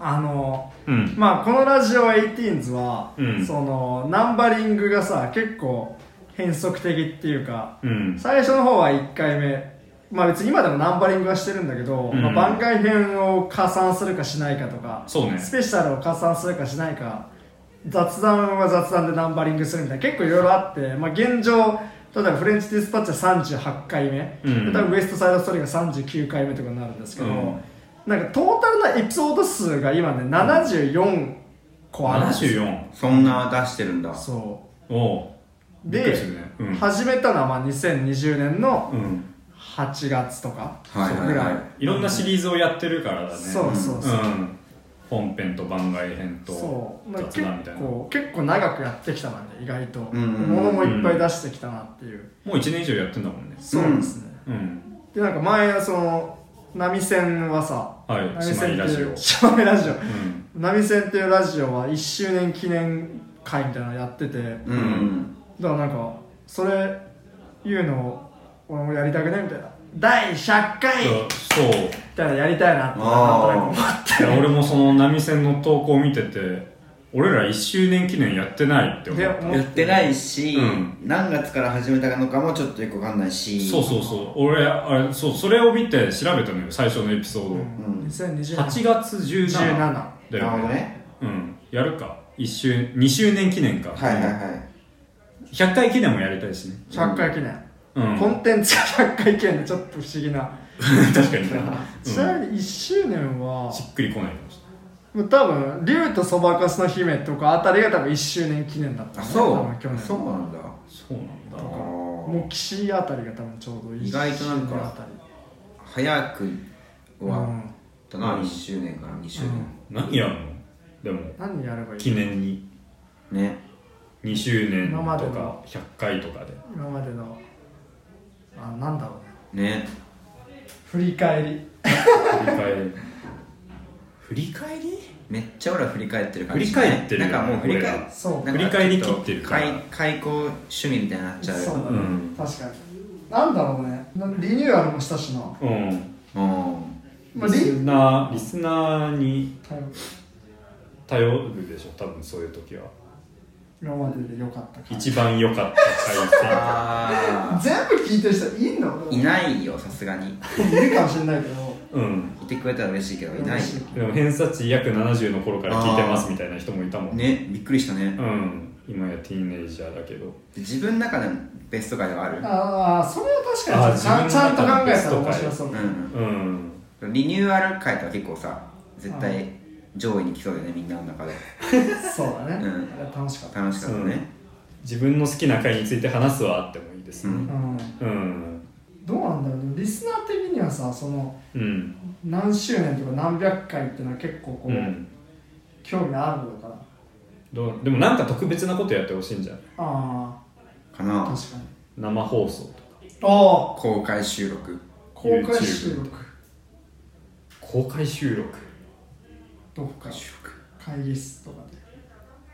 あのうんまあこのラジオ18は、うんそのナンバリングがさ結構変則的っていうかうん最初の方は1回目まあ別に今でもナンバリングはしてるんだけど、うんまあ、番外編を加算するかしないかとかそうねスペシャルを加算するかしないか雑談は雑談でナンバリングするみたいな結構いろいろあって、まあ、現状例えばフレンチディスパッチは38回目、うんで多分ウエストサイドストーリーが39回目とかになるんですけど、うんなんかトータルなエピソード数が今ね74個あるんですよ74そんな出してるんだそおううびっくでりするねうん始めたのはまあ2020年のうん8月とかはいはいはいぐらいいろんなシリーズをやってるからだねそうそうそう、ん、本編と番外編とそうまあ雑結談みたいなも構結構長くやってきたなね意外と、んうん物もいっぱい出してきたなっていう、う1年以上やってんだもんねそうですね、うんでなんか前その波線はさはい波線って島根ラジいオう 島根ラジオうん波線っていうラジオは1周年記念会みたいなのやってて、うんうんだからなんかそれ言うのを俺もやりたくねみたいな第100回みそうそうたいなのやりたいなってなんとあーなく思っていや俺もその波線の投稿を見てて俺ら1周年記念やってないって思っでた思やってないいし、うん何月から始めたのかもちょっとよくわかんないしそうそうそう俺あれそうそれを見て調べたのよ最初のエピソード、うん2020年8月17 17だなるよほどねねうんやるか1周2周年記念か、はいはいはい100回記念もやりたいしね100回記念、うんコンテンツが100回記念でちょっと不思議な、 確かにね、ちなみに1周年はうん、しっくりこないかもしもう多分竜とそばかすの姫とかあたりが多分1周年記念だったあねそ多分去う年そうなんだれないそうなんだもう岸あたりが多分ちょうど1意外となんか周年あたり早くうはんだな、うん1周年から2周年、何やるのでも何やればい記い念にね2周年今までとかの100回とかで今までのあなんだろうねね振り返り振り返り振り返りめっちゃ俺は振り返ってる感じ、ね、振り返ってるよねなんかもう振り俺返らそうなんか振り返り切ってるからちょっと開開口趣味みたいになっちゃうそうだね、うん確かになんだろうねなリニューアルもしたしな、うんうんまあ、リリスナーリスナーにはい頼るでしょ多分そういう時は今までで良かったから一番良かった回あ全部聞いてる人いんのーいないよさすがいにるかもしれないけど 線うんいてくれたら嬉しいけどいない嬉しいでも偏差値約70の頃から聞いてますみたいな人もいたもんねびっくりしたねうん今やティーンエイジャーだけど自分の中でもベスト回ではあるああそれは確あかーにちゃんちゃんと考えたら自分の中の面ベスト白回そうう、んうんうんリニューアル回とは結構さ絶対上位に来そうだよねみんなの中でそうだね、うんあれ楽しかった楽しかったね自分の好きな回について話すはあってもいいですうねんうんうんどうなんだろうでもリスナー的にはさそのうん何周年とか何百回っていうのは結構こうう、ん興味あるのかなどうでもなんか特別なことやってほしいんじゃないあかあな確かに生放送とかああ公開収録公開収録公開収録どこか会議室とかで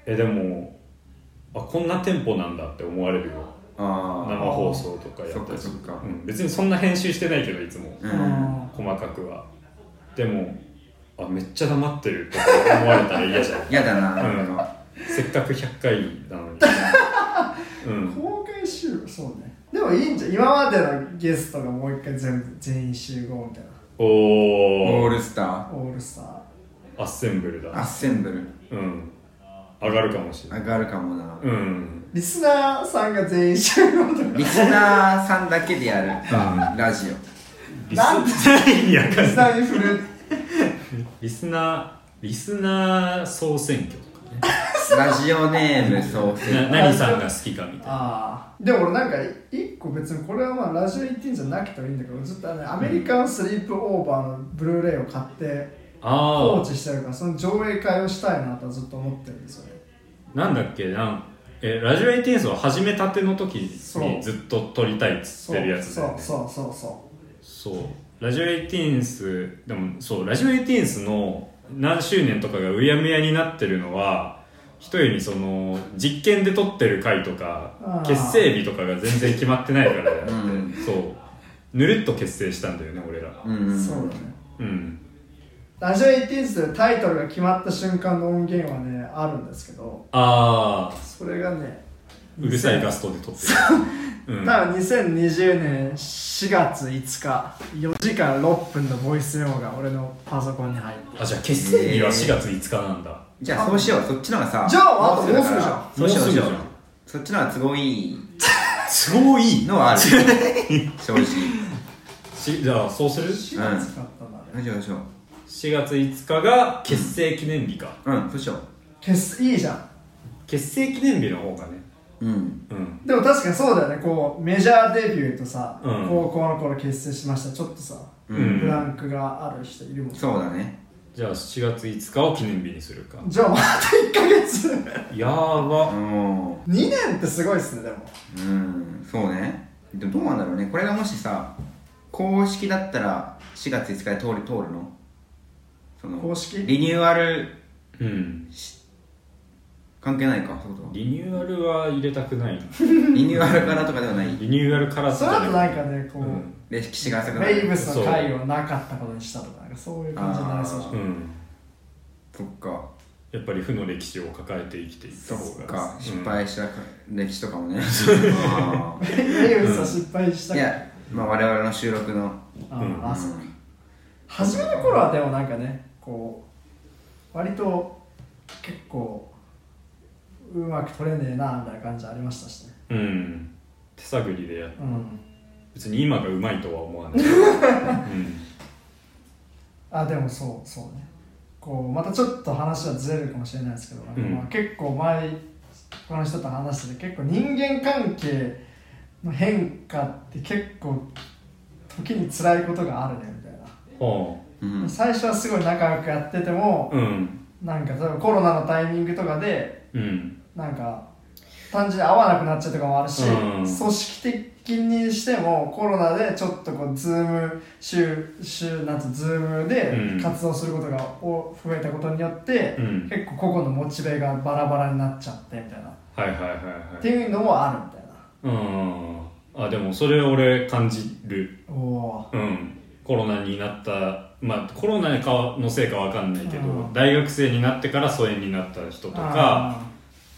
えでもあこんなテンポなんだって思われるよ生あ放送とかやったりそっかそっかうん、別にそんな編集してないけどいつもあううん細かくはでもあめっちゃ黙ってるとか思われたら嫌じゃん 嫌だなうんなんかせっかく100回なのにうん公開収録そうねでもいいんじゃん今までのゲストがもう一回全部全員集合みたいなおオーおルスタオールスターアッセンブルーアッだセンブルうん上がるかもしれない上がるかもなうん、うん、リスナーさんが全員集合とかリスナーさんだけでやるラジオリスなんで いやわかリんないスナーに振るリスナーリスナー総選挙とかねラジオネーム総選な何さんが好きかみたいなああでも俺なんか一個別にこれはまあラジオ18じゃなくてもいいんだけどずっとあのアメリカンスリープオーバーのブルーレイを買って放ああ置してるからその上映会をしたいなとはずっと思ってるんですよねなんだっけなんえラジオエイティーンスを始めたての時そうにずっと撮りたいっつってるやつだよねそうそうそうそそうラジオエイティーンスでもそうラジオエイティーンスの何周年とかがうやむやになってるのは一重にその実験で撮ってる回とかあー結成日とかが全然決まってないからだよ、うんそうぬるっと結成したんだよね俺らうんうそうだねうんだラジオ18でタイトルが決まった瞬間の音源はねあるんですけどああそれがねうるさいガストで撮ってる、うん、多分2020年4月5日4時間6分のボイスメモが俺のパソコンに入ってあじゃあ決戦日は4月5日なんだ、じゃあそうしようそっちのがさじゃああともうすぐじゃんそうしよもうすぐじゃんうそうしようそっちのが都合いいすごいのはある 正直しじゃあそうす4る月だったんだね、そうしようそうしよ4月5日が結成記念日か、ううんそうしよ結いいじゃん結成記念日の方がねううんうんでも確かにそうだよねこうメジャーデビューとさ、うん高校の頃結成しましたちょっとさ、うんブランクがある人いるもんねそうだねじゃあ7月5日を記念日にするかじゃあまた1ヶ月 2やーば、うん年ってすごいっすねでもうんそうねでもどうなんだろうねこれがもしさ公式だったら4月5日で通る通るのその公式リニューアルうん関係ないかそういうことリニューアルは入れたくないなリニューアルからとかではないリニューアルからそれだとなんかねこう、うん歴史が浅くなメイいブスの回をなかったことにしたとかなんかそういう感じになりそうじゃ んうんそっかやっぱり負の歴史を抱えて生きていったそ方がっかうん失敗した歴史とか もねあメイブスは失敗しーたいから、やまあ我々の収録のあうんあそううん初めの頃はでもなんかねこう割と結構うまく取れねえなみたいな感じありましたしねうん手探りでやうん別に今がうまいとは思わない、 うん、あでもそうそうねこうまたちょっと話はずれるかもしれないですけど、なんかまあうん結構前この人と話してて結構人間関係の変化って結構時に辛いことがあるねみたいな、はうん最初はすごい仲良くやっててあも、うんなんか例えばコロナのタイミングとかでうんなんか単純に合わなくなっちゃうとかもあるし、うん組織的にしてもコロナでちょっとこうズーム週週なんてズームうでん活動することがお増えたことによって、うん結構個々のモチベがバラバラになっちゃってみたいな、はいはいはいっはていいうのもあるみたいなうんあでもそれ俺感じるおおうんコロナになったまあコロナかのせいかわかんないけうどん大学生になってから疎遠になったと人とか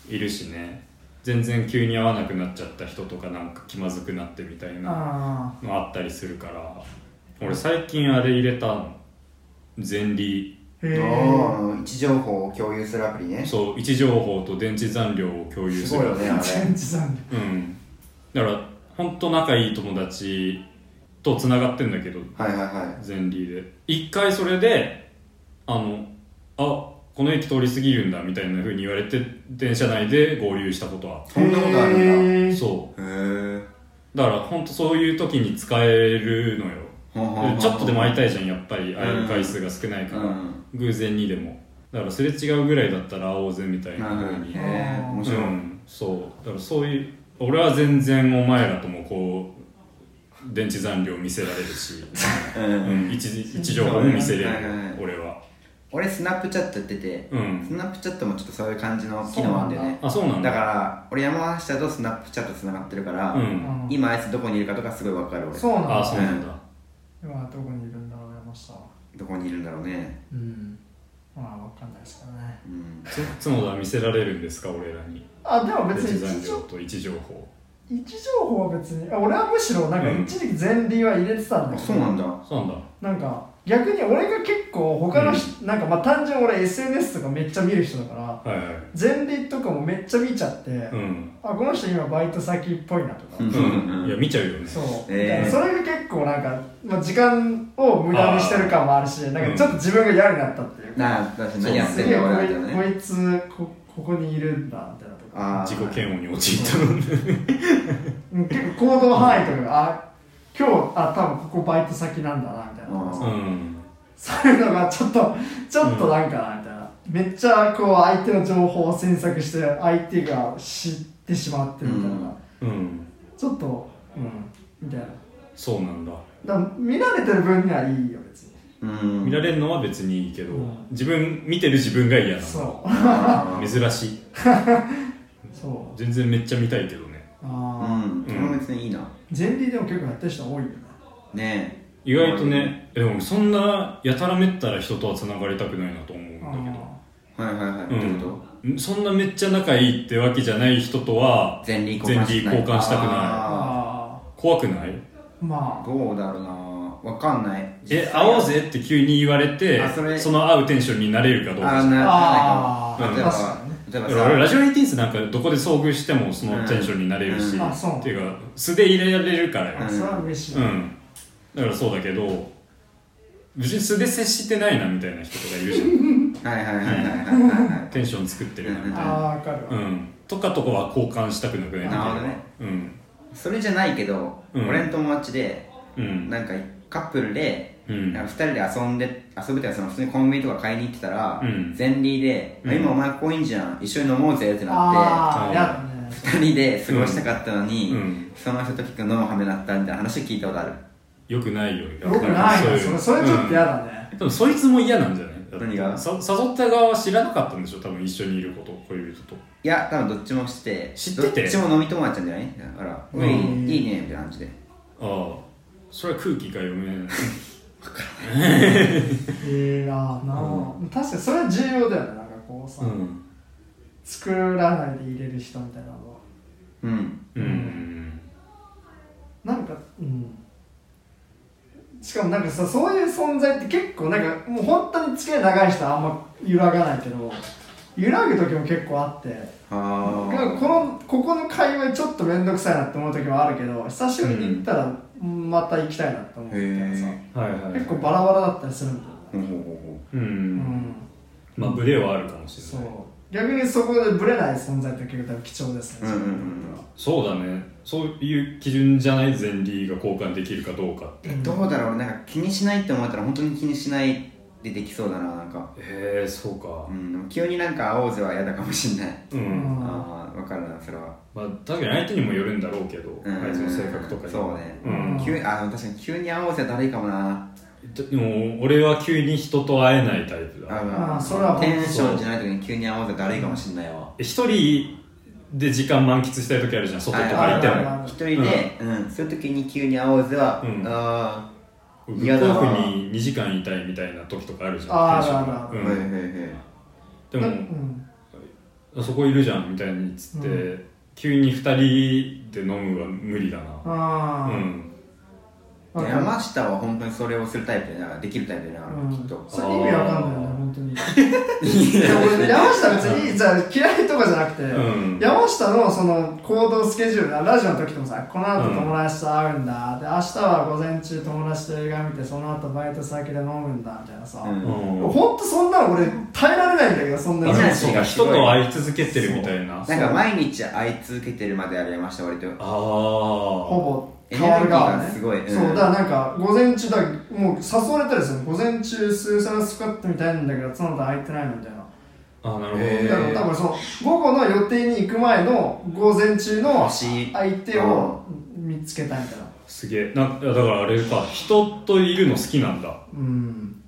いるしね全然急に会わなくなっちゃった人とかなんか気まずくなってみたいなあのあったりするから俺最近あれ入れたの前理ーへあえー位置情報を共有するアプリねそう位置情報と電池残量を共有すすごいるよねあれ全治さんうんだから本当仲いい友達とつながってんだけどはいはいは前理で一回それであのあこの駅通り過ぎるんだみたいな風に言われて電車内で合流したことはあっそんなことあるんただへーそいへえうだから本当そういう時に使えるのよほんほんほんほんちょっとでも会いたいじゃんやっぱり会える回数が少ないから、うん偶然にでもだからすれ違うぐらいだったら会おうぜみたいな風に、ねえ面う白い、ん、そうだからそういう俺は全然お前らともこう電池残量見せられるし、ううんん、位置位置情報も見せれるはいはいはい俺は俺スナップチャットやってて、うんスナップチャットもちょっとそういう感じの機能なんだよねあそうなだんだから俺山下とスナップチャットつながってるから、うん今あいつどこにいるかとかすごいわかる俺そうなんあそうだなんだ、今どこにいるんだろう山下はどこにいるんだろうねうんまあわかんないですけどねうんつ角田は見せられるんですか俺らにあでも電別池に残一量応と位置情報位置情報は別にあ俺はむしろなんかうん一時期前輪は入れてたんだあけそど、うなんだそうなんだなんか逆に俺が結構他の人、なんかまあ単純に俺 SNS とかめっちゃ見る人だからはいはい前輪とかもめっちゃ見ちゃって、うん、あこの人今バイト先っぽいなとか、うんうん、いや見ちゃうよねそう、えーそれが結構なんか、まあ、時間を無駄にしてる感もあるしなんかちょっと自分が嫌になったっていうか、なあ私何やっすてんげえだこ俺みいたいなねこいつこここにいるんだみたいなとかあー自己嫌悪に陥ったのねうん結構行動範囲とかがあ今日あ多分ここバイト先なんだなみたいなとかうさうんそういうのがちょっとちょっとなんかなみたいな、めっちゃこう相手の情報を詮索して相手が知ってしまってるみたいな、うんうんちょっとうんみたいなそうなんだだから見られてる分にはいいよ別にうん見られるのは別にいいけど、うん自分見てる自分が嫌なのそうあー珍しいそう全然めっちゃ見たいけどねうああんそれも別にいいな前例でも結構やってる人多いよねね意外とねえでも俺そんなやたらめったら人とは繋がりたくないなと思うんだけどはいはいはい、うんどういうことそんなめっちゃ仲いいってわけじゃない人とは前理交全換理しない交換したくないああ怖くないーまあどうだろうなわかんないえ会おうぜって急に言われてあそれその会うテンションになれるかどうあかなあーな確かにね例えば例えば俺さラジオエイティーンスなんかどこで遭遇してもそのテンションになれるし、うんあそうっていうか素で入れられるからようんそれは嬉しい、うん、だからそうだけど別に素で接してないなみたいな人とかいるじゃんはいはいはいはいはいはいはいテンション作ってるなみたいあな、あわかるわ、うん、とかとかは交換したくなくないなるほどねうんそれじゃないけど、うん俺の友達でうんなんかカップルで、うんなんか2人で遊んで遊ぶっていうかその普通にコンビニとか買いに行ってたら、うん前例で、うんあ今お前ここいいんじゃん一緒に飲もうぜってなっああやだねて2人で過ごしたかったのに、うんその人ときくん飲むはめだったみたいな話を聞いたことあるよくないよやっぱよりくないなうそれそれちょっと嫌だね、うんでもそいつも嫌なんじゃないだって何がさ誘った側は知らなかったんでしょ多分一緒にいること恋人といや多分どっちもして知っててどっちも飲み友達なんじゃないだから、うんおいいいねみたいな感じでああそれは空気が読めないええなあなあ、確かにそれは重要だよねなんかこうさ、 うん作らないで入れる人みたいなのはうんうんなんかうんしかもなんかさそういう存在って結構なんかもう本当に付き合い長い人はあんま揺らがないけど揺らぐ時も結構あってあなんかあこのここの界隈ちょっと面倒くさいなって思う時もあるけど久しぶりに行ったらまた行きたいなって思うみたいなさへはいはい結構バラバラだったりするんだよねほうほうほうん、うんまあブレはあるかもしそれうない逆にそこでブレない存在って結構貴重ですね、うんうんうんそうだねそういう基準じゃない前例が交換できるかどうかうほうどうだろうなんか気にしないって思ったら本当に気にしないでできそうだななんかへえそうかうん、でも急になんか会おうぜは嫌だかもしんない、うん、うんああ分かるなそれは、まあ確かに相手にもよるんだろうけど、うんあいつの性格とかにそうね、うん急にあー確かに急に会おうぜはだるいかもなでも俺は急に人と会えないタイプだあーそれはテンションじゃない時に急に会おうぜはだるいかもしんないわ一人で時間満喫したい時あるじゃん外とかいてはいはいもは一人で、うんそういう時に急に会おうぜは、うんあブいッやクだオわフに2時間いたいみたいな時とかあるじゃんあーテンションあがるあ、うはいんはいはいでうも、んあそこいるじゃんみたいにっつって、う急に2人で飲むは無理だなうああ、んわかる山下は本当にそれをするタイプだからできるタイプだから、うんきっとそれ意味わかんないよね本 当にいや俺山下別 にじゃあ嫌いとかじゃなくて、うん山下のその行動スケジュールラジオの時ともさこの後友達と会うんだ、で明日は午前中友達と映画見てその後バイト先で飲むんだみたいなさ、うんほんとそんなの俺耐えられないんだけどそんなあにでみんなもでそうか人と会い続けてるみたいなあなんか毎日会い続けてるまである山下割とあほぼ変わる側エネルねギーがすごいうんそうだからなんか午前中だからもう誘われたりするの午前中数社のスクワットみたいなんだけどその後空いてないのみたいなあーなるほど、へーだから多分その午後の予定に行く前の午前中の星相手を見つけたみたいなすげえなんだからあれか人といるの好きなんだうん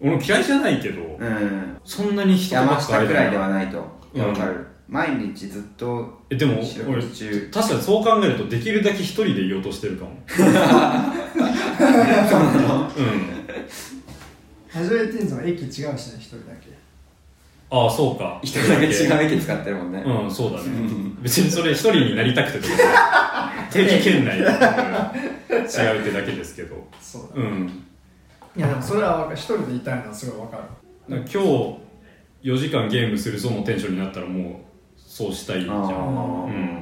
俺も嫌いじゃないけど、うんそんなに人とば山っか下会くえらないいではないとうんわかる毎日ずっとえでも四俺六時中確かにそう考えるとできるだけ一人でいようとしてる かもうんラジオエイティーンズは駅違うしね一人だけああそうか一人だけ違う駅使ってるもんねうんそうだね別にそれ一人になりた くてとか定期圏内で違うってだけですけどそうだうんいやでもそれはわかる一人でいたいのはすごいわかるだから今日4時間ゲームするぞのテンションになったらもうそうしたいじゃあんーうん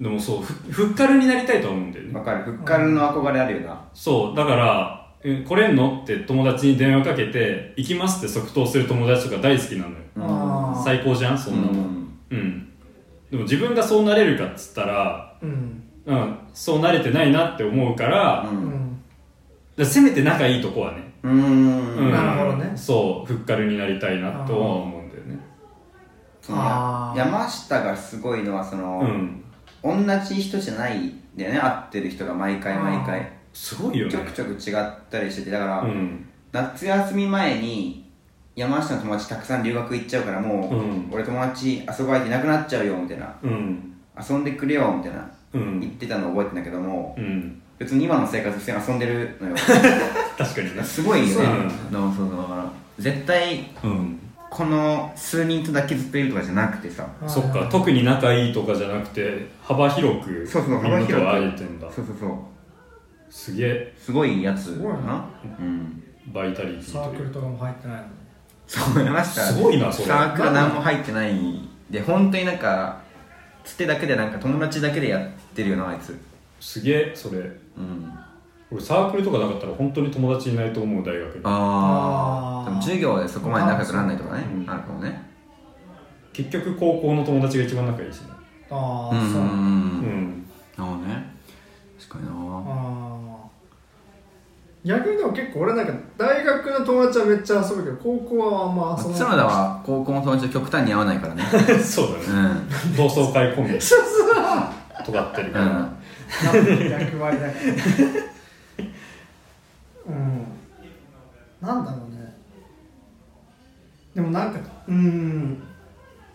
でもそうふふっかるになりたいとは思うんだよねわかるふっかるの憧れあるよなそう、だから、え来れんのって友達に電話かけて、行きますって即答する友達とか大好きなのよ。あー最高じゃんそんなの、うん。でも自分がそうなれるかっつったら、うんうん、そうなれてないなって思うから、だかううんんらせめて仲いいとこはね、うーんうんなるほどねそう、ふっかるになりたいなとは思うんだよね。そのあー山下がすごいのはその、うん。同じ人じゃないんだよね会ってる人が毎回毎回すごいよちょねく。ちょく違ったりしててだから、うん。夏休み前に山下の友達たくさん留学行っちゃうからもう、うん俺友達遊ぶ相手いなくなっちゃうよみたいなうん。遊んでくれよみたいなう言っん。てたの覚えてんだけどもうん。別に今の生活普通に遊んでるのよ 確かにねすごいよそうねなのだからそうそうだから絶対うんこの数人とだけずっといるとかじゃなくてさそっか特に仲いいとかじゃなくて幅広くそうそうみん幅なと広会えくてんだそうそうそうすげえすごいやつだすごいななうんバイタリティサーとクいルうとかも入ってないのにそう思いましたすごいなそれサークル何も入ってないで本当になんかつてだけでなんか友達だけでやってるよなあいつすげえそれうん俺サークルとかなかったら本当に友達いないと思う大学であああーでも授業でそこまで仲良くならないとかねうんあるかもね結局高校の友達が一番仲いいしねあうあ、んそうう。うんんなるほどね確かになああ。逆にでも結構俺なんか大学の友達はめっちゃ遊ぶけど高校はあんま遊角ば田ない。は高校の友達と極端に合わないからね そうだねうん同窓会コンビそうそう なんとかってるうから、んか役割だけど。うん。なんだろうね。でもなんかうん。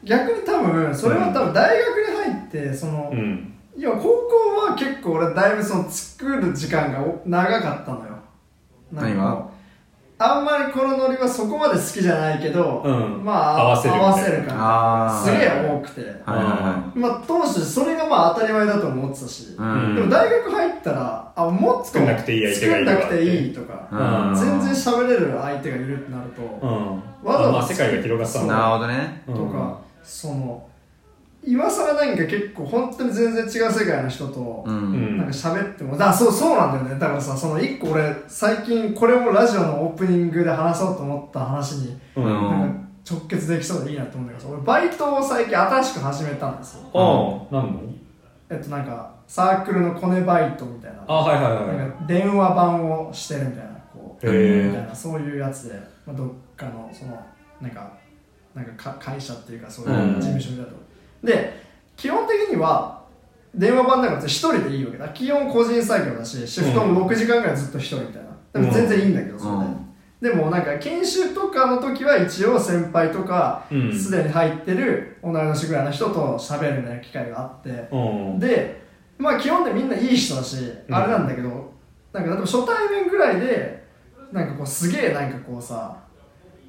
逆に多分それは多分大学に入ってその、うんいや高校は結構俺だいぶその作る時間がお長かったのよなん何かがあんまりこのノリはそこまで好きじゃないけど、うんまあ合わせる合みたいなわせる感あじあすげええ多くて、はいはまあ当時それがまあ当たり前だと思ってたし、いはいでもうん大学入ったらあもっと作んなくていい相手がいるわ作んなくていいとか、うん全然喋れる相手がいるってなると、うんわざあまわあざ世界が広がったんなるだほどねうんとか、その今更なんか結構本当に全然違う世界の人と、ううんんなんか喋っても、だそうそうなんだよね。だからさ、その一個俺、最近これもラジオのオープニングで話そうと思った話に、うんううんんなんか直結できそうでいいなと思うんだけどさ、俺バイトを最近新しく始めたんですよ。あ何のえっとなんか、サークルのコネバイトみたいな。あはいはいはいなんか電話番をしてるみたいな、こう、へみたいえな、そういうやつで、まあ、どっかの、その、なんか、なんかか会社っていうか、そういう事務所みたいなとこ、で、基本的には、電話番だから一人でいいわけだ。基本個人作業だし、シフトも6時間ぐらいずっと一人みたいな。でも全然いいんだけど、それで。でもなんか研修とかの時は一応先輩とかうんすでに入ってる同い年ぐらいの人と喋るみたいな機会があって、うんでまあ基本でみんないい人だし、うんあれなんだけどなんか例えば初対面ぐらいでなんかこうすげえなんかこうさ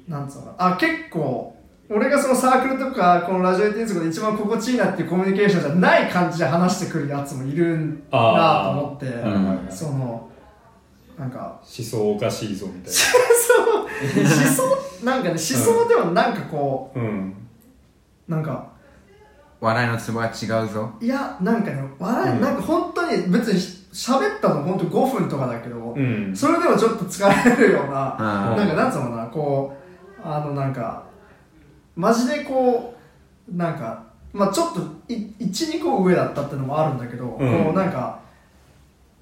なんつうのかなあ結構俺がそのサークルとかこのラジオエティーンズとかで一番心地いいなっていうコミュニケーションじゃない感じで話してくるやつもいるんだあーと思って、はいはいはいそのなんか 思想おかしいぞみたいそう思想なんかね思想ではなんかこなうんうなんか笑いのツボが違うぞいやなんかね笑い、うんなんか本当に別に喋ったの本当5分とかだけど、うんそれでもちょっと疲れるよううんな、んなんかなんつうのかな、こう、あのなんか、マジでこう、なんか、まあちょっとい、1、2個上だったってのもあるんだけど、んこうなんか、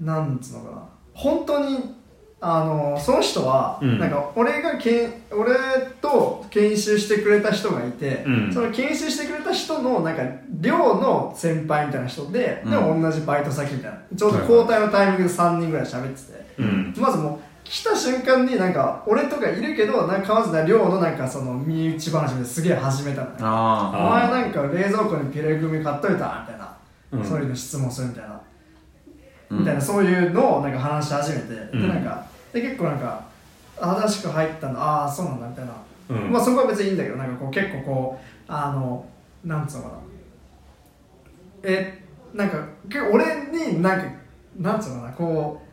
なんつうのかな、本当に、あの、その人は、うんなんか俺がけん、俺と研修してくれた人がいて、うんその研修してくれた人の、なんか、寮の先輩みたいな人で、でうも同じバイト先みたいな、ちょうど交代のタイミングで3人ぐらい喋ってて、うんまずもう来た瞬間になんか俺とかいるけどなんかまずな寮のなんかその身内話ですげえ始めたのねおあ前なんか冷蔵庫にピレグミ買っといたみたいな、うんそういうの質問するみたいな、あみたいなそういうのをなんか話し始めて、んでなんかで結構なんか新しく入ったのああそうなんだみたいな、うんまあそこは別にいいんだけどなんかこう結構こうあのなんつうのかなえなんか結構俺になんかなんつうのかなこう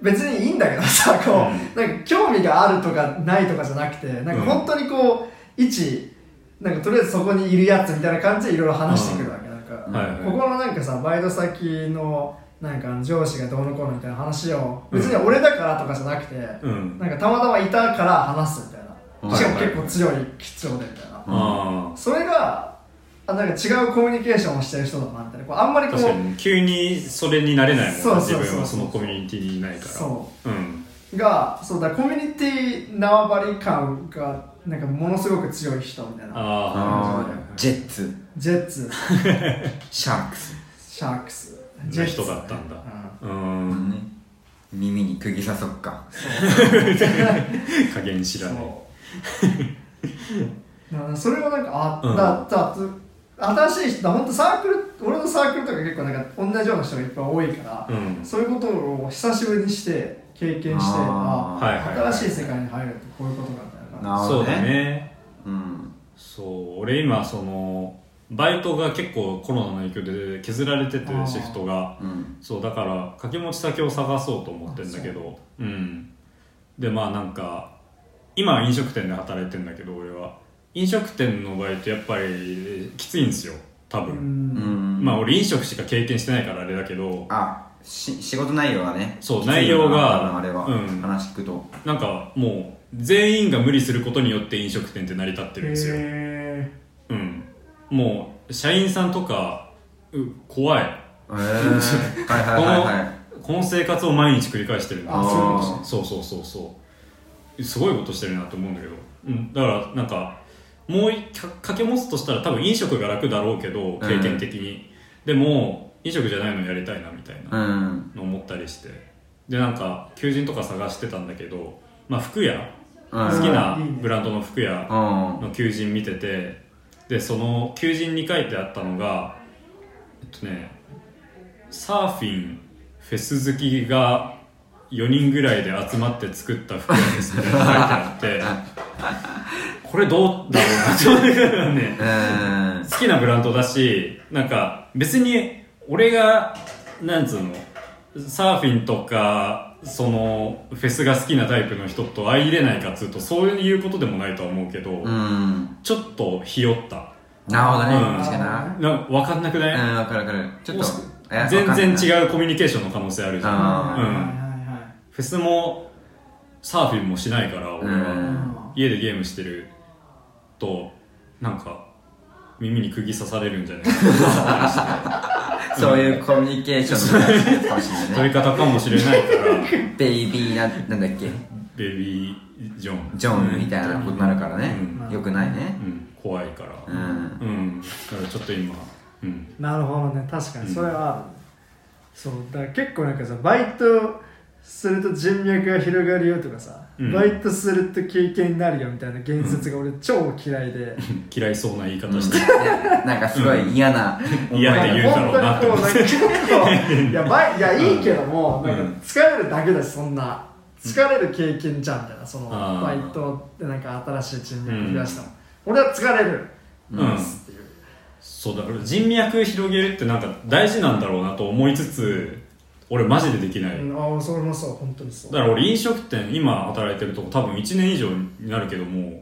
別にいいんだけどさこう、なんか興味があるとかないとかじゃなくてなんか本当にこう、一なんかとりあえずそこにいるやつみたいな感じでいろいろ話してくるわけ、なんか、はいはいここのなんかさバイト先のなんか上司がどうのこうのみたいな話を別に俺だからとかじゃなくて、うんなんかたまたまいたから話すみたいな、はいしかも結構強い基調でみたいな、あそれがあなんか違うコミュニケーションをしてる人だなみたいなこうあんまりあこ確うかに急にそれになれないもんそうなそう自そう分はそのコミュニティにいないからそううんがそうだコミュニティ縄張り感がなんかものすごく強い人みたいなあああージェッツジェッツシャークスシャーク スジェ人だったんだううんね耳に釘刺そっか加減知らそないうだからそれはなんかあうんだだ新しい人だ本当サークル俺のサークルとか結構なんか同じような人がいっぱい多いから、うんそういうことを久しぶりにして経験してああーはいはいはい新しい世界に入るってこういうことなんだよななるほそどうだねねうんそう俺今そのバイトが結構コロナの影響で削られててあーシフトがうんそうだから掛け持ち先を探そうと思ってんだけどうんでまあなんか今は飲食店で働いてんだけど俺は飲食店のバイトやっぱりきついんですよ多う分、うんんまあ俺飲食しか経験してないからあれだけどあし仕事内容がねそうきつい内容よなが多分あれは、うん話聞くとなんかもう全員が無理することによって飲食店って成り立ってるんですよ、へうん、もう社員さんとかう怖いえー、 はいはいはいはいこの生活を毎日繰り返してるんだあそうなんですねそうそうそうそうすごいことしてるなと思うんだけど、うん、だからなんかもう一か掛け持つとしたら多分飲食が楽だろうけど経験的に、でも飲食じゃないのやりたいなみたいな、うんの思ったりしてでなんか求人とか探してたんだけど、まあ、服屋う好んきなうんいいねブランドの服屋うんの求人見ててでその求人に書いてあったのがえっとねサーフィンフェス好きが4人ぐらいで集まって作った服屋ですねって書いてあってこれどうだろうなそういうねうん好きなブランドだしなんか別に俺がなんつうのサーフィンとかそのフェスが好きなタイプの人と相入れないかっつうとそういうことでもないとは思うけど、うんちょっとひよったなるほどね、うん確かになな分かんなくうない、んわかるわかるちょっといやわかんない全な然違うコミュニケーションの可能性あるじゃーんあはいはいフェスもサーフィンもしないから俺は、うんはいはい家でゲームしてるとなんか耳に釘刺されるんじゃないかなって思ったりしてそういうコミュニケーションの話かも しれな取いねり方かもしれないからベイビーななんだっけベビージョンジョンみたいなことになるからね、うんよくないねうん、怖いからううん、んだからちょっと今うんなるほどね確かにそれはある、そうだから結構なんかさバイトすると人脈が広がるよとかさ、うんバイトすると経験になるよみたいな言説が俺超嫌いで、嫌いそうな言い方うんして、なんかすごい嫌な思い嫌がって言うだろうなって思本っ当にこうなんか結構いやバイいやいいけども、なんか疲れるだけだしそんな疲れる経験じゃんみたいなそのあーバイトでなんか新しい人脈増やしたの、俺は疲れるうんうんっていうそうだから人脈広げるってなんか大事なんだろうなと思いつつ俺マジでできない、うん、ああそれもそう本当にそうだから俺飲食店今働いてるとこ多分1年以上になるけども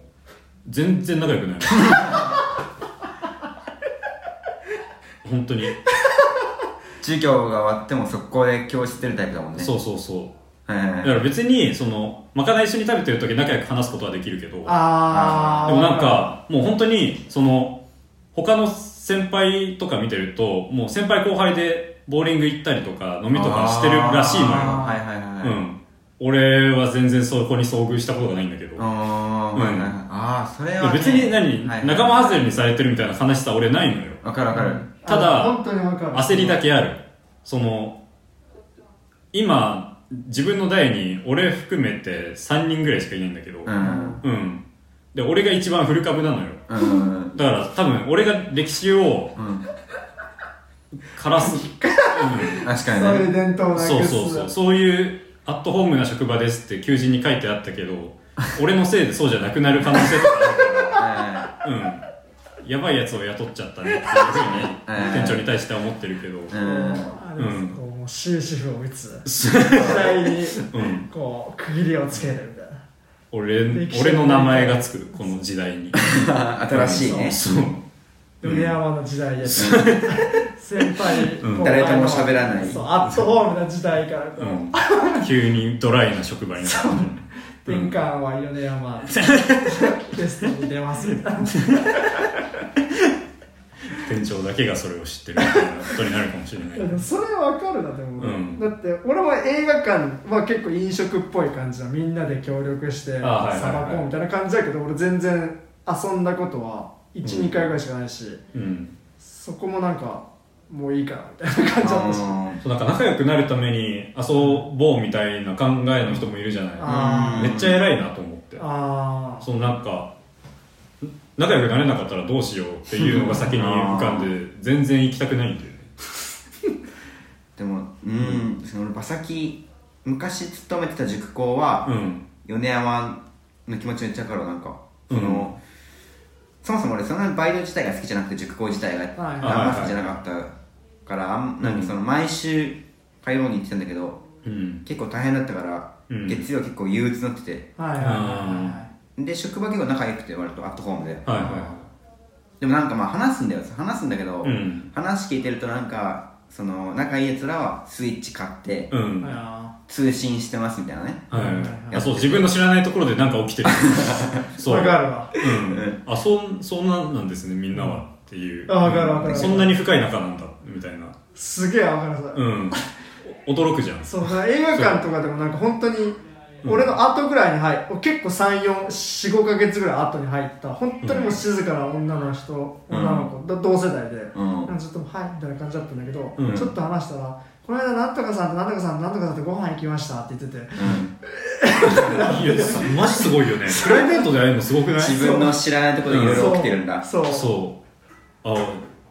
全然仲良くない 本当に授業が終わっても速攻で教室出るタイプだもんねそうそうそうはいはいはだいから別にそのまかない一緒に食べてる時仲良く話すことはできるけどでもああなんかもう本当にその他の先輩とか見てるともう先輩後輩でボーリング行ったりとか飲みとかしてるらしいのよ、はいはいはいはういん、俺は全然そこに遭遇したことがないんだけどあーはいはいはいあーそれは、ね、別に何、はいはい仲間外れにされてるみたいな悲しさ俺ないのよわかるわかるただあの本当にわかる焦りだけあるその今自分の代に俺含めて3人ぐらいしかいないんだけど、うんうん。で、俺が一番古株なのよ。うんうんだから多分、俺が歴史をうん枯らす。確そうかにいねう伝統うをん、なくすそうそうそう。そういうアットホームな職場ですって求人に書いてあったけど、俺のせいでそうじゃなくなる可能性とかはあ るから、うん。やばいやつを雇っちゃったねっていうふうに、店長に対しては思ってるけど、いあれですうんこうもう終止符を打 つそう時代にうん。こう区切りをつけるみたいな俺、歴史俺の名前がつく、この時代に。うん新しいねそう。うん梅山の時代やし先輩うん後輩の誰とも喋らないそうアットホームな時代からこう。うん急にドライな職場になった。転換は米山ゲストに出ますみたい な店長だけがそれを知ってるみたいなことになるかもしれない いやでもそれわかるなでも、うんだって俺も映画館は結構飲食っぽい感じだみんなで協力してあはいはいはいさばこうみたいな感じだけど俺全然遊んだことは12、うん回ぐらいしかないしうんそこもなんかもういいかなみたいな感じだったしそうなんか仲良くなるために遊ぼうみたいな考えの人もいるじゃないあめーっちゃ偉いなと思ってああそのなんか仲良くなれなかったらどうしようっていうのが先に浮かんで全然行きたくないんだよねでもうん、その俺馬先昔勤めてた塾校は、うん米山の気持ちめっちゃわかるわなんかその、うんそもそも俺そんなにバイト自体が好きじゃなくて塾講自体がはいあんま好きじゃなかったからあんなんかその毎週火曜に行ってたんだけどうん結構大変だったから、うん月曜結構憂鬱になっててはいはいはで職場結構仲良くて割とアットホームで、はいはでもなんかまあ話すんだよ話すんだけど、うん話聞いてるとなんかその仲いいやつらはスイッチ買ってういんはいはいあ通信してますみたいなね、あそう自分の知らないところで何か起き てるーそうわかるわうん、あそんそんなんなんですねみんなはっていうあわかるわかるそんなに深い仲なんだみたいなすげえわかるさうんお驚くじ ゃんそうだから映画館とかでもなんか本当に俺の後ぐらいに入っ結構3445か月ぐらい後に入った本当にもう静かな女の人、うん女の子だ同世代で、うんなんかちょっと「はい」みたいな感じだったんだけど、うんちょっと話したら「この間なんとかさんとなんとかさんとなんとかさんとご飯行きました」って言ってていやすマジすごいよねプライベートで会えるのすごくない自分の知らないところでいろいろ起きてるんだ、そうそうそうあ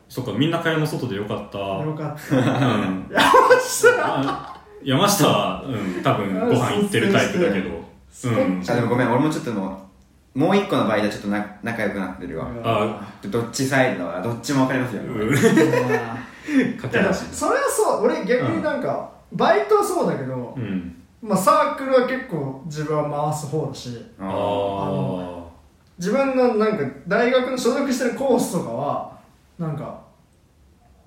そっかみんな会話の外でよかったよかったうんあ山下は、うん、多分ご飯行ってるタイプだけどそううそうんあでもごめん俺もちょっともうもう一個の場合ではちょっとな仲良くなってるわ、あどっちサイドだわどっちも分かりますよ、うんかいけやでなもしそれはそう俺逆になんか、バイトはそうだけど、うんまあ、サークルは結構自分は回す方だしあああ自分のなんか大学の所属してるコースとかはなんか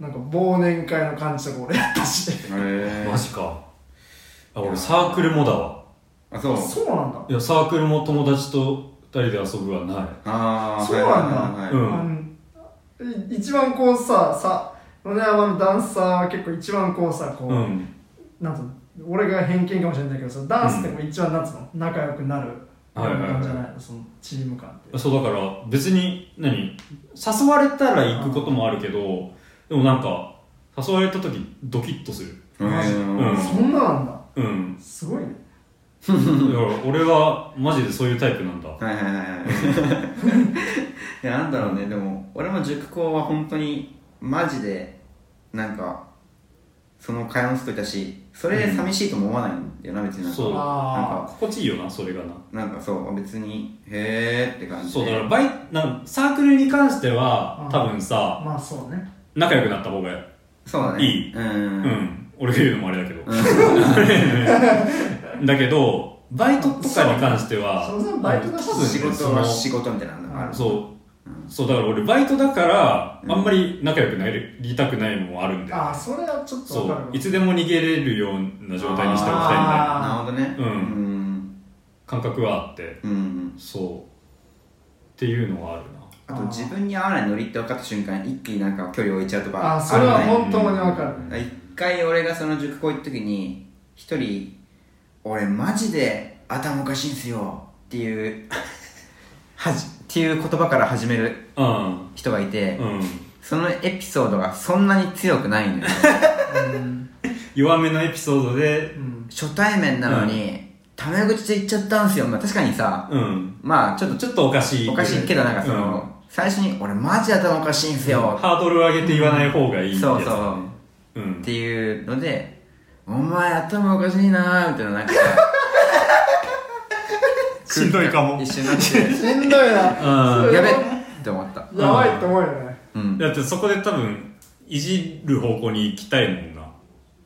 なんか忘年会の感じとか俺やったしーへーマジかあ俺サークルもだわあそうそうなんだいやサークルも友達と2人で遊ぶはないああそうなんだはいはいはいはいうんあのい一番こうささ米山のダンサーは結構一番こうさこう、うんなんつうの俺が偏見かもしれないけどさダンスってこう一番なんつうの仲良くなるはいはいはいなんじゃないのそのチーム感ってそうだから別に何誘われたら行くこともあるけどでもなんか誘われた時ドキッとするマジうんうんそんななんだうんすごいねだから俺はマジでそういうタイプなんだはいはいはいはい いやなんだろうねでも俺も塾校は本当にマジでなんかその会話の人いたしそれで寂しいとも思わないんだよな別になんかそうあ心地いいよなそれがななんかそう別にへえって感じでそうだからバイなんサークルに関してはうん多分さまあそうね仲良くなった方がそうだねいいうんううんん俺が言うのもあれだけどうんだけどバイトとかに関してはそうそうバイトだし多分ね仕そ事のは仕事みたいなのがあるそう、そうだから俺バイトだから、うんあんまり仲良くなりたくないのもあるんでああそれはちょっとそわかるうわいつでも逃げれるような状態にしておきたいみたいなあなるほどねうんん感覚はあってうんうんそうっていうのはあるなあと自分に合わないノリって分かった瞬間一気になんか距離置いちゃうとかああそれはるね本当にわかる一回俺がその塾校行った時に一人俺マジで頭おかしいんすよっていうは じっていう言葉から始めるうん人がいて、うんそのエピソードがそんなに強くないのようん弱めのエピソードでうん初対面なのにタメ口で言っちゃったんすよ、まあ、確かにさうんまあちょっちょっとおかしいとおかしいけどなんかその、最初に俺マジで頭おかしいんすうんよハードルを上げて言わない方がいいやつだそねうそううっ んていうので「お前頭おかしいな」みたいななんか しんどいかも一瞬 なってしんどいなうんそれはやべっって思ったやばいと思うよねうんだってそこで多分いじる方向に行きたいもんな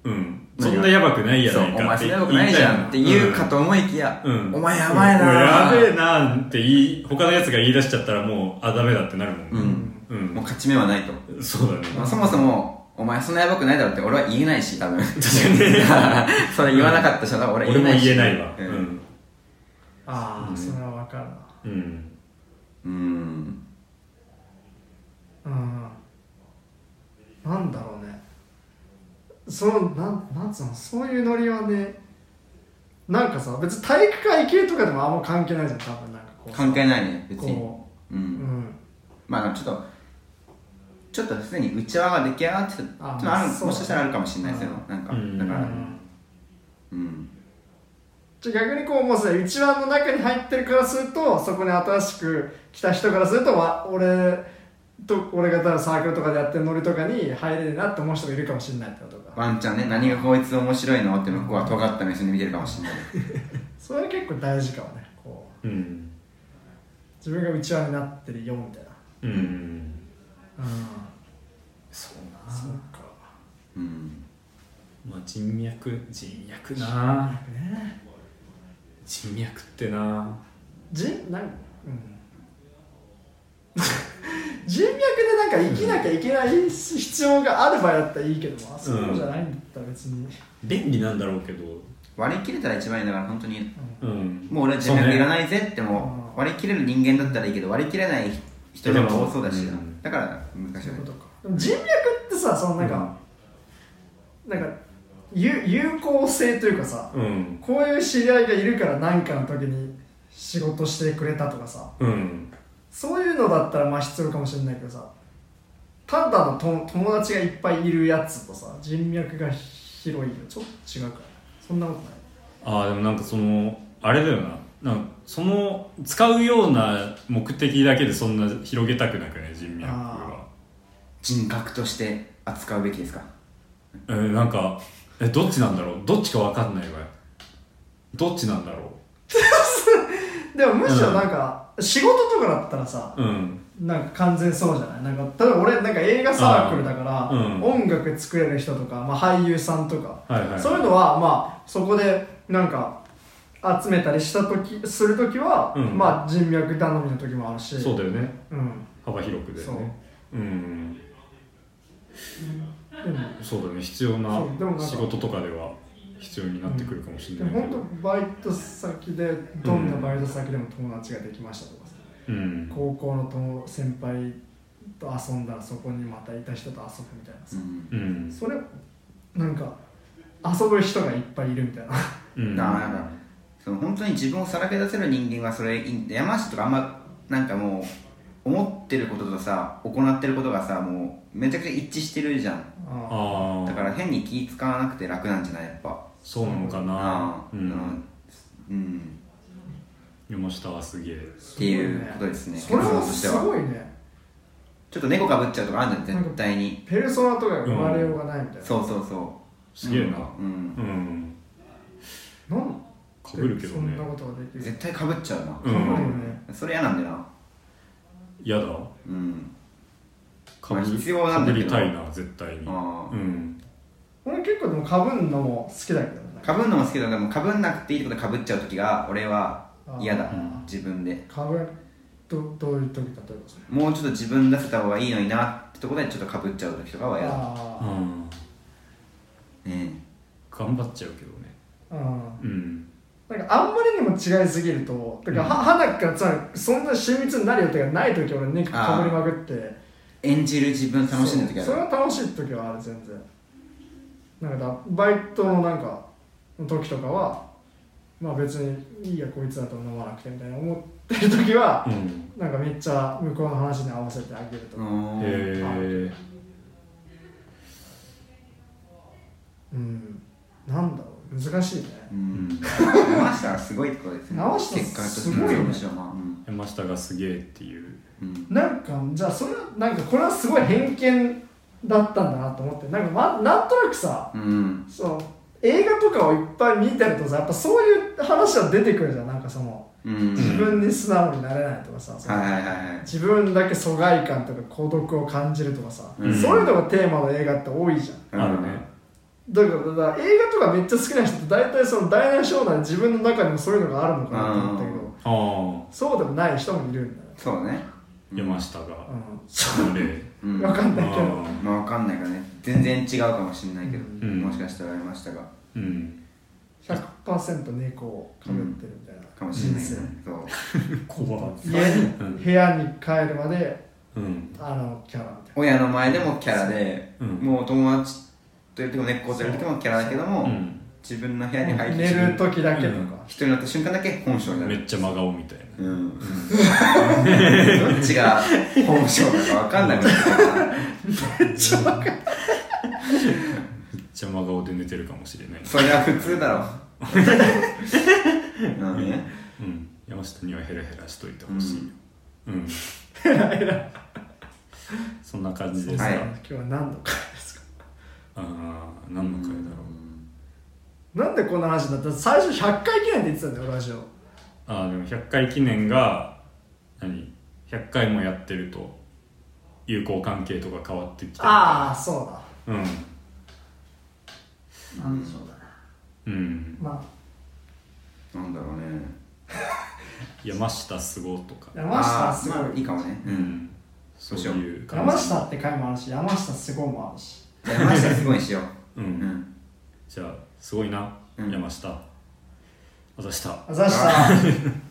うんそ何がんなやばくないやそうないおかっ前そてれ言やいばくたいないじゃんって言うかと思いきや、うんお前やばいうんなやべえーなって言い他のやつが言い出しちゃったらもうあダメだってなるもんうねう、んもうん勝ち目はないと、そうだねまあ、そもそもお前そんなやばくないだろうって俺は言えないし多分確か それ言わなかった人は俺に俺言えもないし言えないわううんん、ああそれはわかるなうん、うんうんなんだろうねそのなんなんつうのそういうノリはねなんかさ別に体育会系とかでもあんま関係ないじゃん多分なんかこう関係ないね別にこうう、うんん、まあちょっとちょっとすでに内輪が出来上がってたちょっあとあるそうだねもしかしたらあるかもしれないですようんなんかうんだかうらんうんじゃあ逆にこうもうすでに一番の中に入ってるからするとそこに新しく来た人からするとわ俺と俺がただサークルとかでやってるノリとかに入れるなって思う人もいるかもしれないってことかワンちゃんね何がこいつ面白いのって向こうは尖った目線で見てるかもしれないそれ結構大事かもねこううん自分が内輪になってるよみたいなうんうんそうなそうかうんまあ人脈人脈なね人脈ってな人なんうん 人脈でなんか生きなきゃいけない必要がある場合だったらいいけどもあそうじゃないんだったら別に、便利なんだろうけど割り切れたら一番いいんだから本当にううんんもう俺は自そう分ねいらないぜってもう割り切れる人間だったらいいけど割り切れない人でも多そうだしなうんだから難しいそういようことねかでも人脈ってさそのなんか、なんか有有効性というかさうんこういう知り合いがいるから何かの時に仕事してくれたとかさうんそういうのだったらまあ必要かもしれないけどさただのと友達がいっぱいいるやつとさ人脈が広いよちょっと違うからそんなことないああでもなんかそのあれだよななんかその使うような目的だけでそんな広げたくなくね人脈はあ人格として扱うべきですかえー、なんかえどっちなんだろうどっちか分かんないわどっちなんだろでもむしろなんか、仕事とかだったらさううんなんか完全そうじゃないなんか例えば俺なんか映画サークルだから、あーうん音楽作れる人とか、まあ、俳優さんとか、はいはいはいそういうのはまあそこでなんか集めたりした時する時は、うんまあ人脈頼みの時もあるしそうだよねうん幅広くだよねうんでもそうだね必要なそうでもなんか仕事とかでは必要になってくるかもしでれなもいけど本当バイト先でどんなバイト先でも友達ができましたとかさ、うん高校の友先輩と遊んだらそこにまたいた人と遊ぶみたいなうさ、んうんそれなんか遊ぶ人がいっぱいいるみたいなうんだからなんかその本当に自分をさらけ出せる人間はそれいいんで山下とかあんまなんかもう思ってることとさ行ってることがさもうめちゃくちゃ一致してるじゃんあああだあから変に気使わなくて楽なんじゃないやっぱそうなのかなあうーんうん山下はすげえっていうことですねそれはす結論としてはごいねちょっと猫かぶっちゃうとかあるじゃん絶対にペルソナとかが生まれようがないみたいな、そうそうそすげえうなうんうんなんかぶるけどねそんなことができる絶対かぶっちゃうなうかぶるよんねそれ嫌なんだよな嫌だうんかぶまあ必要なかんぶだけりどたいな絶対にあうーん俺結構でもかぶんのも好きだけどねかぶんのも好きだけどでもかぶんなくていいってことかぶっちゃう時が俺は嫌だあー自分でかぶどどういう時例えばそれもうちょっと自分出せた方がいいのになってところでちょっとかぶっちゃう時とかは嫌だあうんね頑張っちゃうけどねあうんうんなんかあんまりにも違いすぎるとだからは花からつまりそんな親密になる予定がない時俺ねかぶりまくってえ演じる自分楽しんでる時そうそれはは楽しい時はある全然なんかだバイトのなんかの時とかはまあ別にいいやこいつだと飲まなくてみたいな思ってる時はう、んなんかめっちゃ向こうの話に合わせてあげるとうかんへえうん、なんだろう難しいねうん山下はすごいところですね山下結果としてすごいよねむしろまあうん山下がすげえっていううんなんかじゃあそれはなんかこれはすごい偏見だったんだなと思ってなんか、ま、なんとなくさうんそう映画とかをいっぱい見てるとさやっぱそういう話は出てくるじゃんなんかそのうん自分に素直になれないとかさ、そはいのはいはいはい自分だけ疎外感とか孤独を感じるとかさ、うんそういうのがテーマの映画って多いじゃんあるねだからだから映画とかめっちゃ好きな人って大体その大なり小なり自分の中にもそういうのがあるのかなと思ったけど、うんああそうでもない人もいるんだよ、そうね山下がうん、その例うん分かんないけど、あまあわかんないからね全然違うかもしれないけど、うんもしかしたらありましたがーうん100%猫をかぶってるみたいな、かもしれないけど人ねそう怖生家に、うん部屋に帰るまでうんあのキャラみたい親の前でもキャラで、うんもう友達といる時も根っこといる時もキャラだけども、うん自分の部屋に入なって寝自分る時だけとか、うん一人になった瞬間だけ本性になめっるちゃ真顔みたいなう んどっちが本性だかわかんなくなってくるからめっちゃ真顔で寝てるかもしれない それは普通だろなのねうん、山下にはヘラヘラしといてほしいようん、ヘラヘラそんな感じですか、はい今日は何の回ですかああ何の回だろう、なんでこんな話になったの最初100回記念って言ってたんだよラジオああでも100回記念が何100回もやってると友好関係とか変わってきたああそうだうんなんでしょうだなうんまなんだろうね山下すごとかあ山下すごい、あーまあいいかもねううんんそういう感じ山下って回もあるし山下すごいもあるし山下すごいにしようううんんじゃあすごいな、うん山下あざしたあざした